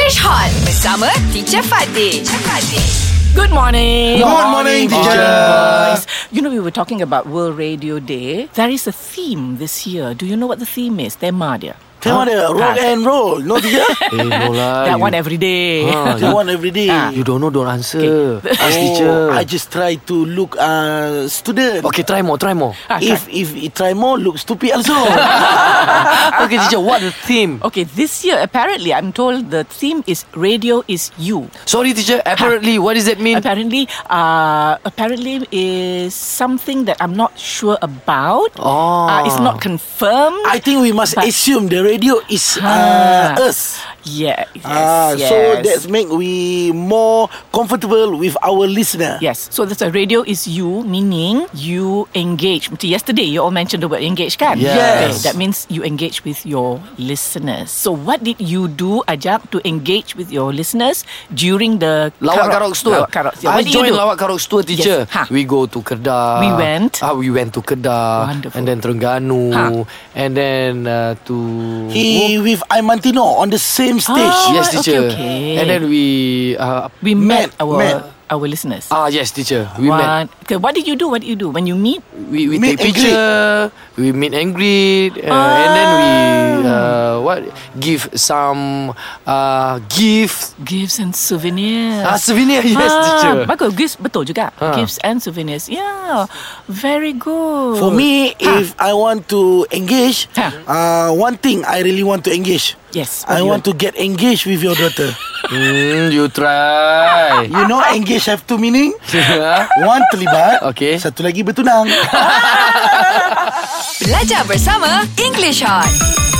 Fresh Hot bersama Teacher Fatih. Teacher Fatih. Good morning. Good morning, teacher. Guys, You know, we were talking about World Radio Day. There is a theme this year. Do you know what the theme is? Tema dia. Tema dia rock Ah. and roll No dia Eh, no lah. That you, one every day. Ah, That one every day you don't know, don't answer. Ask teacher. Oh, I just try to look uh, student Okay, try more, try more. Ah, If if you try more Look stupid also okay, teacher, what the theme? Okay, this year, apparently, I'm told the theme is Radio is You. Sorry, teacher. Apparently, what does that mean? Apparently, uh, apparently is something that I'm not sure about. Oh. Uh, it's not confirmed. I think we must But- assume The radio is Ah. uh, us yeah. Yes, Ah, yes. So that's make we more comfortable with our listener. Yes. So that's a radio is you, meaning you engage. Macam Yesterday, you all mentioned the word engage, kan? Yes. that means you engage with your listeners. So what did you do, Ajak, to engage with your listeners during the Lawak karaoke- Karaoke Tour. Lawak karaoke. I What did you joined do? Lawak Karaoke Tour, teacher. Yes. Ha. We go to Kedah. We went. Ah, we went to Kedah. Wonderful. And then Terengganu. Ha. And then uh, to... He with Imantino on the same stage. Oh, yes, okay, teacher. okay. And then we... Uh, We met, Met, our met. our listeners. ah, yes, teacher. We met. what? Okay, what did you do? What did you do when you meet? we, we Meet take and greet. Ah. picture, we meet and greet, uh, and then we uh, what give some uh, gift, Gifts and souvenirs. ah, souvenir. Yes, Ah, teacher. Ah. Bagus, gifts betul juga. Ha. Gifts and souvenirs. Yeah, very good. For me, if I want to engage, Ha. uh, one thing I really want to engage. Yes, what do I you want to get engaged with your daughter. Hmm, you try. you know, engage have two meaning. Yeah. One terlibat, Okay. Satu lagi bertunang. Belajar bersama English Hot.